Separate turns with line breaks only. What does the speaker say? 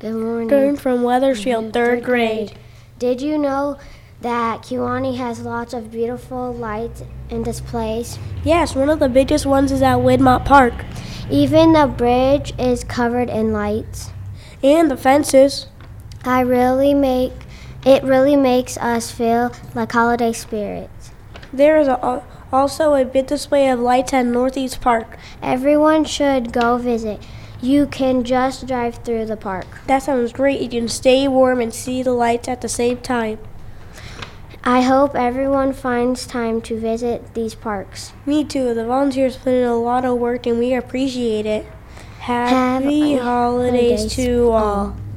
Good morning.
Durn from Weathersfield, Mm-hmm. third grade.
Did you know that Kiwani has lots of beautiful lights in this place?
Yes, one of the biggest ones is at Widmont Park.
Even the bridge is covered in lights.
And the fences.
I really make it really makes us feel like holiday spirits.
There is a, also a big display of lights at Northeast Park.
Everyone should go visit. You can just drive through the park.
That sounds great. You can stay warm and see the lights at the same time.
I hope everyone finds time to visit these parks.
Me too. The volunteers put in a lot of work and we appreciate it. Happy
Have a holidays
holidays to all.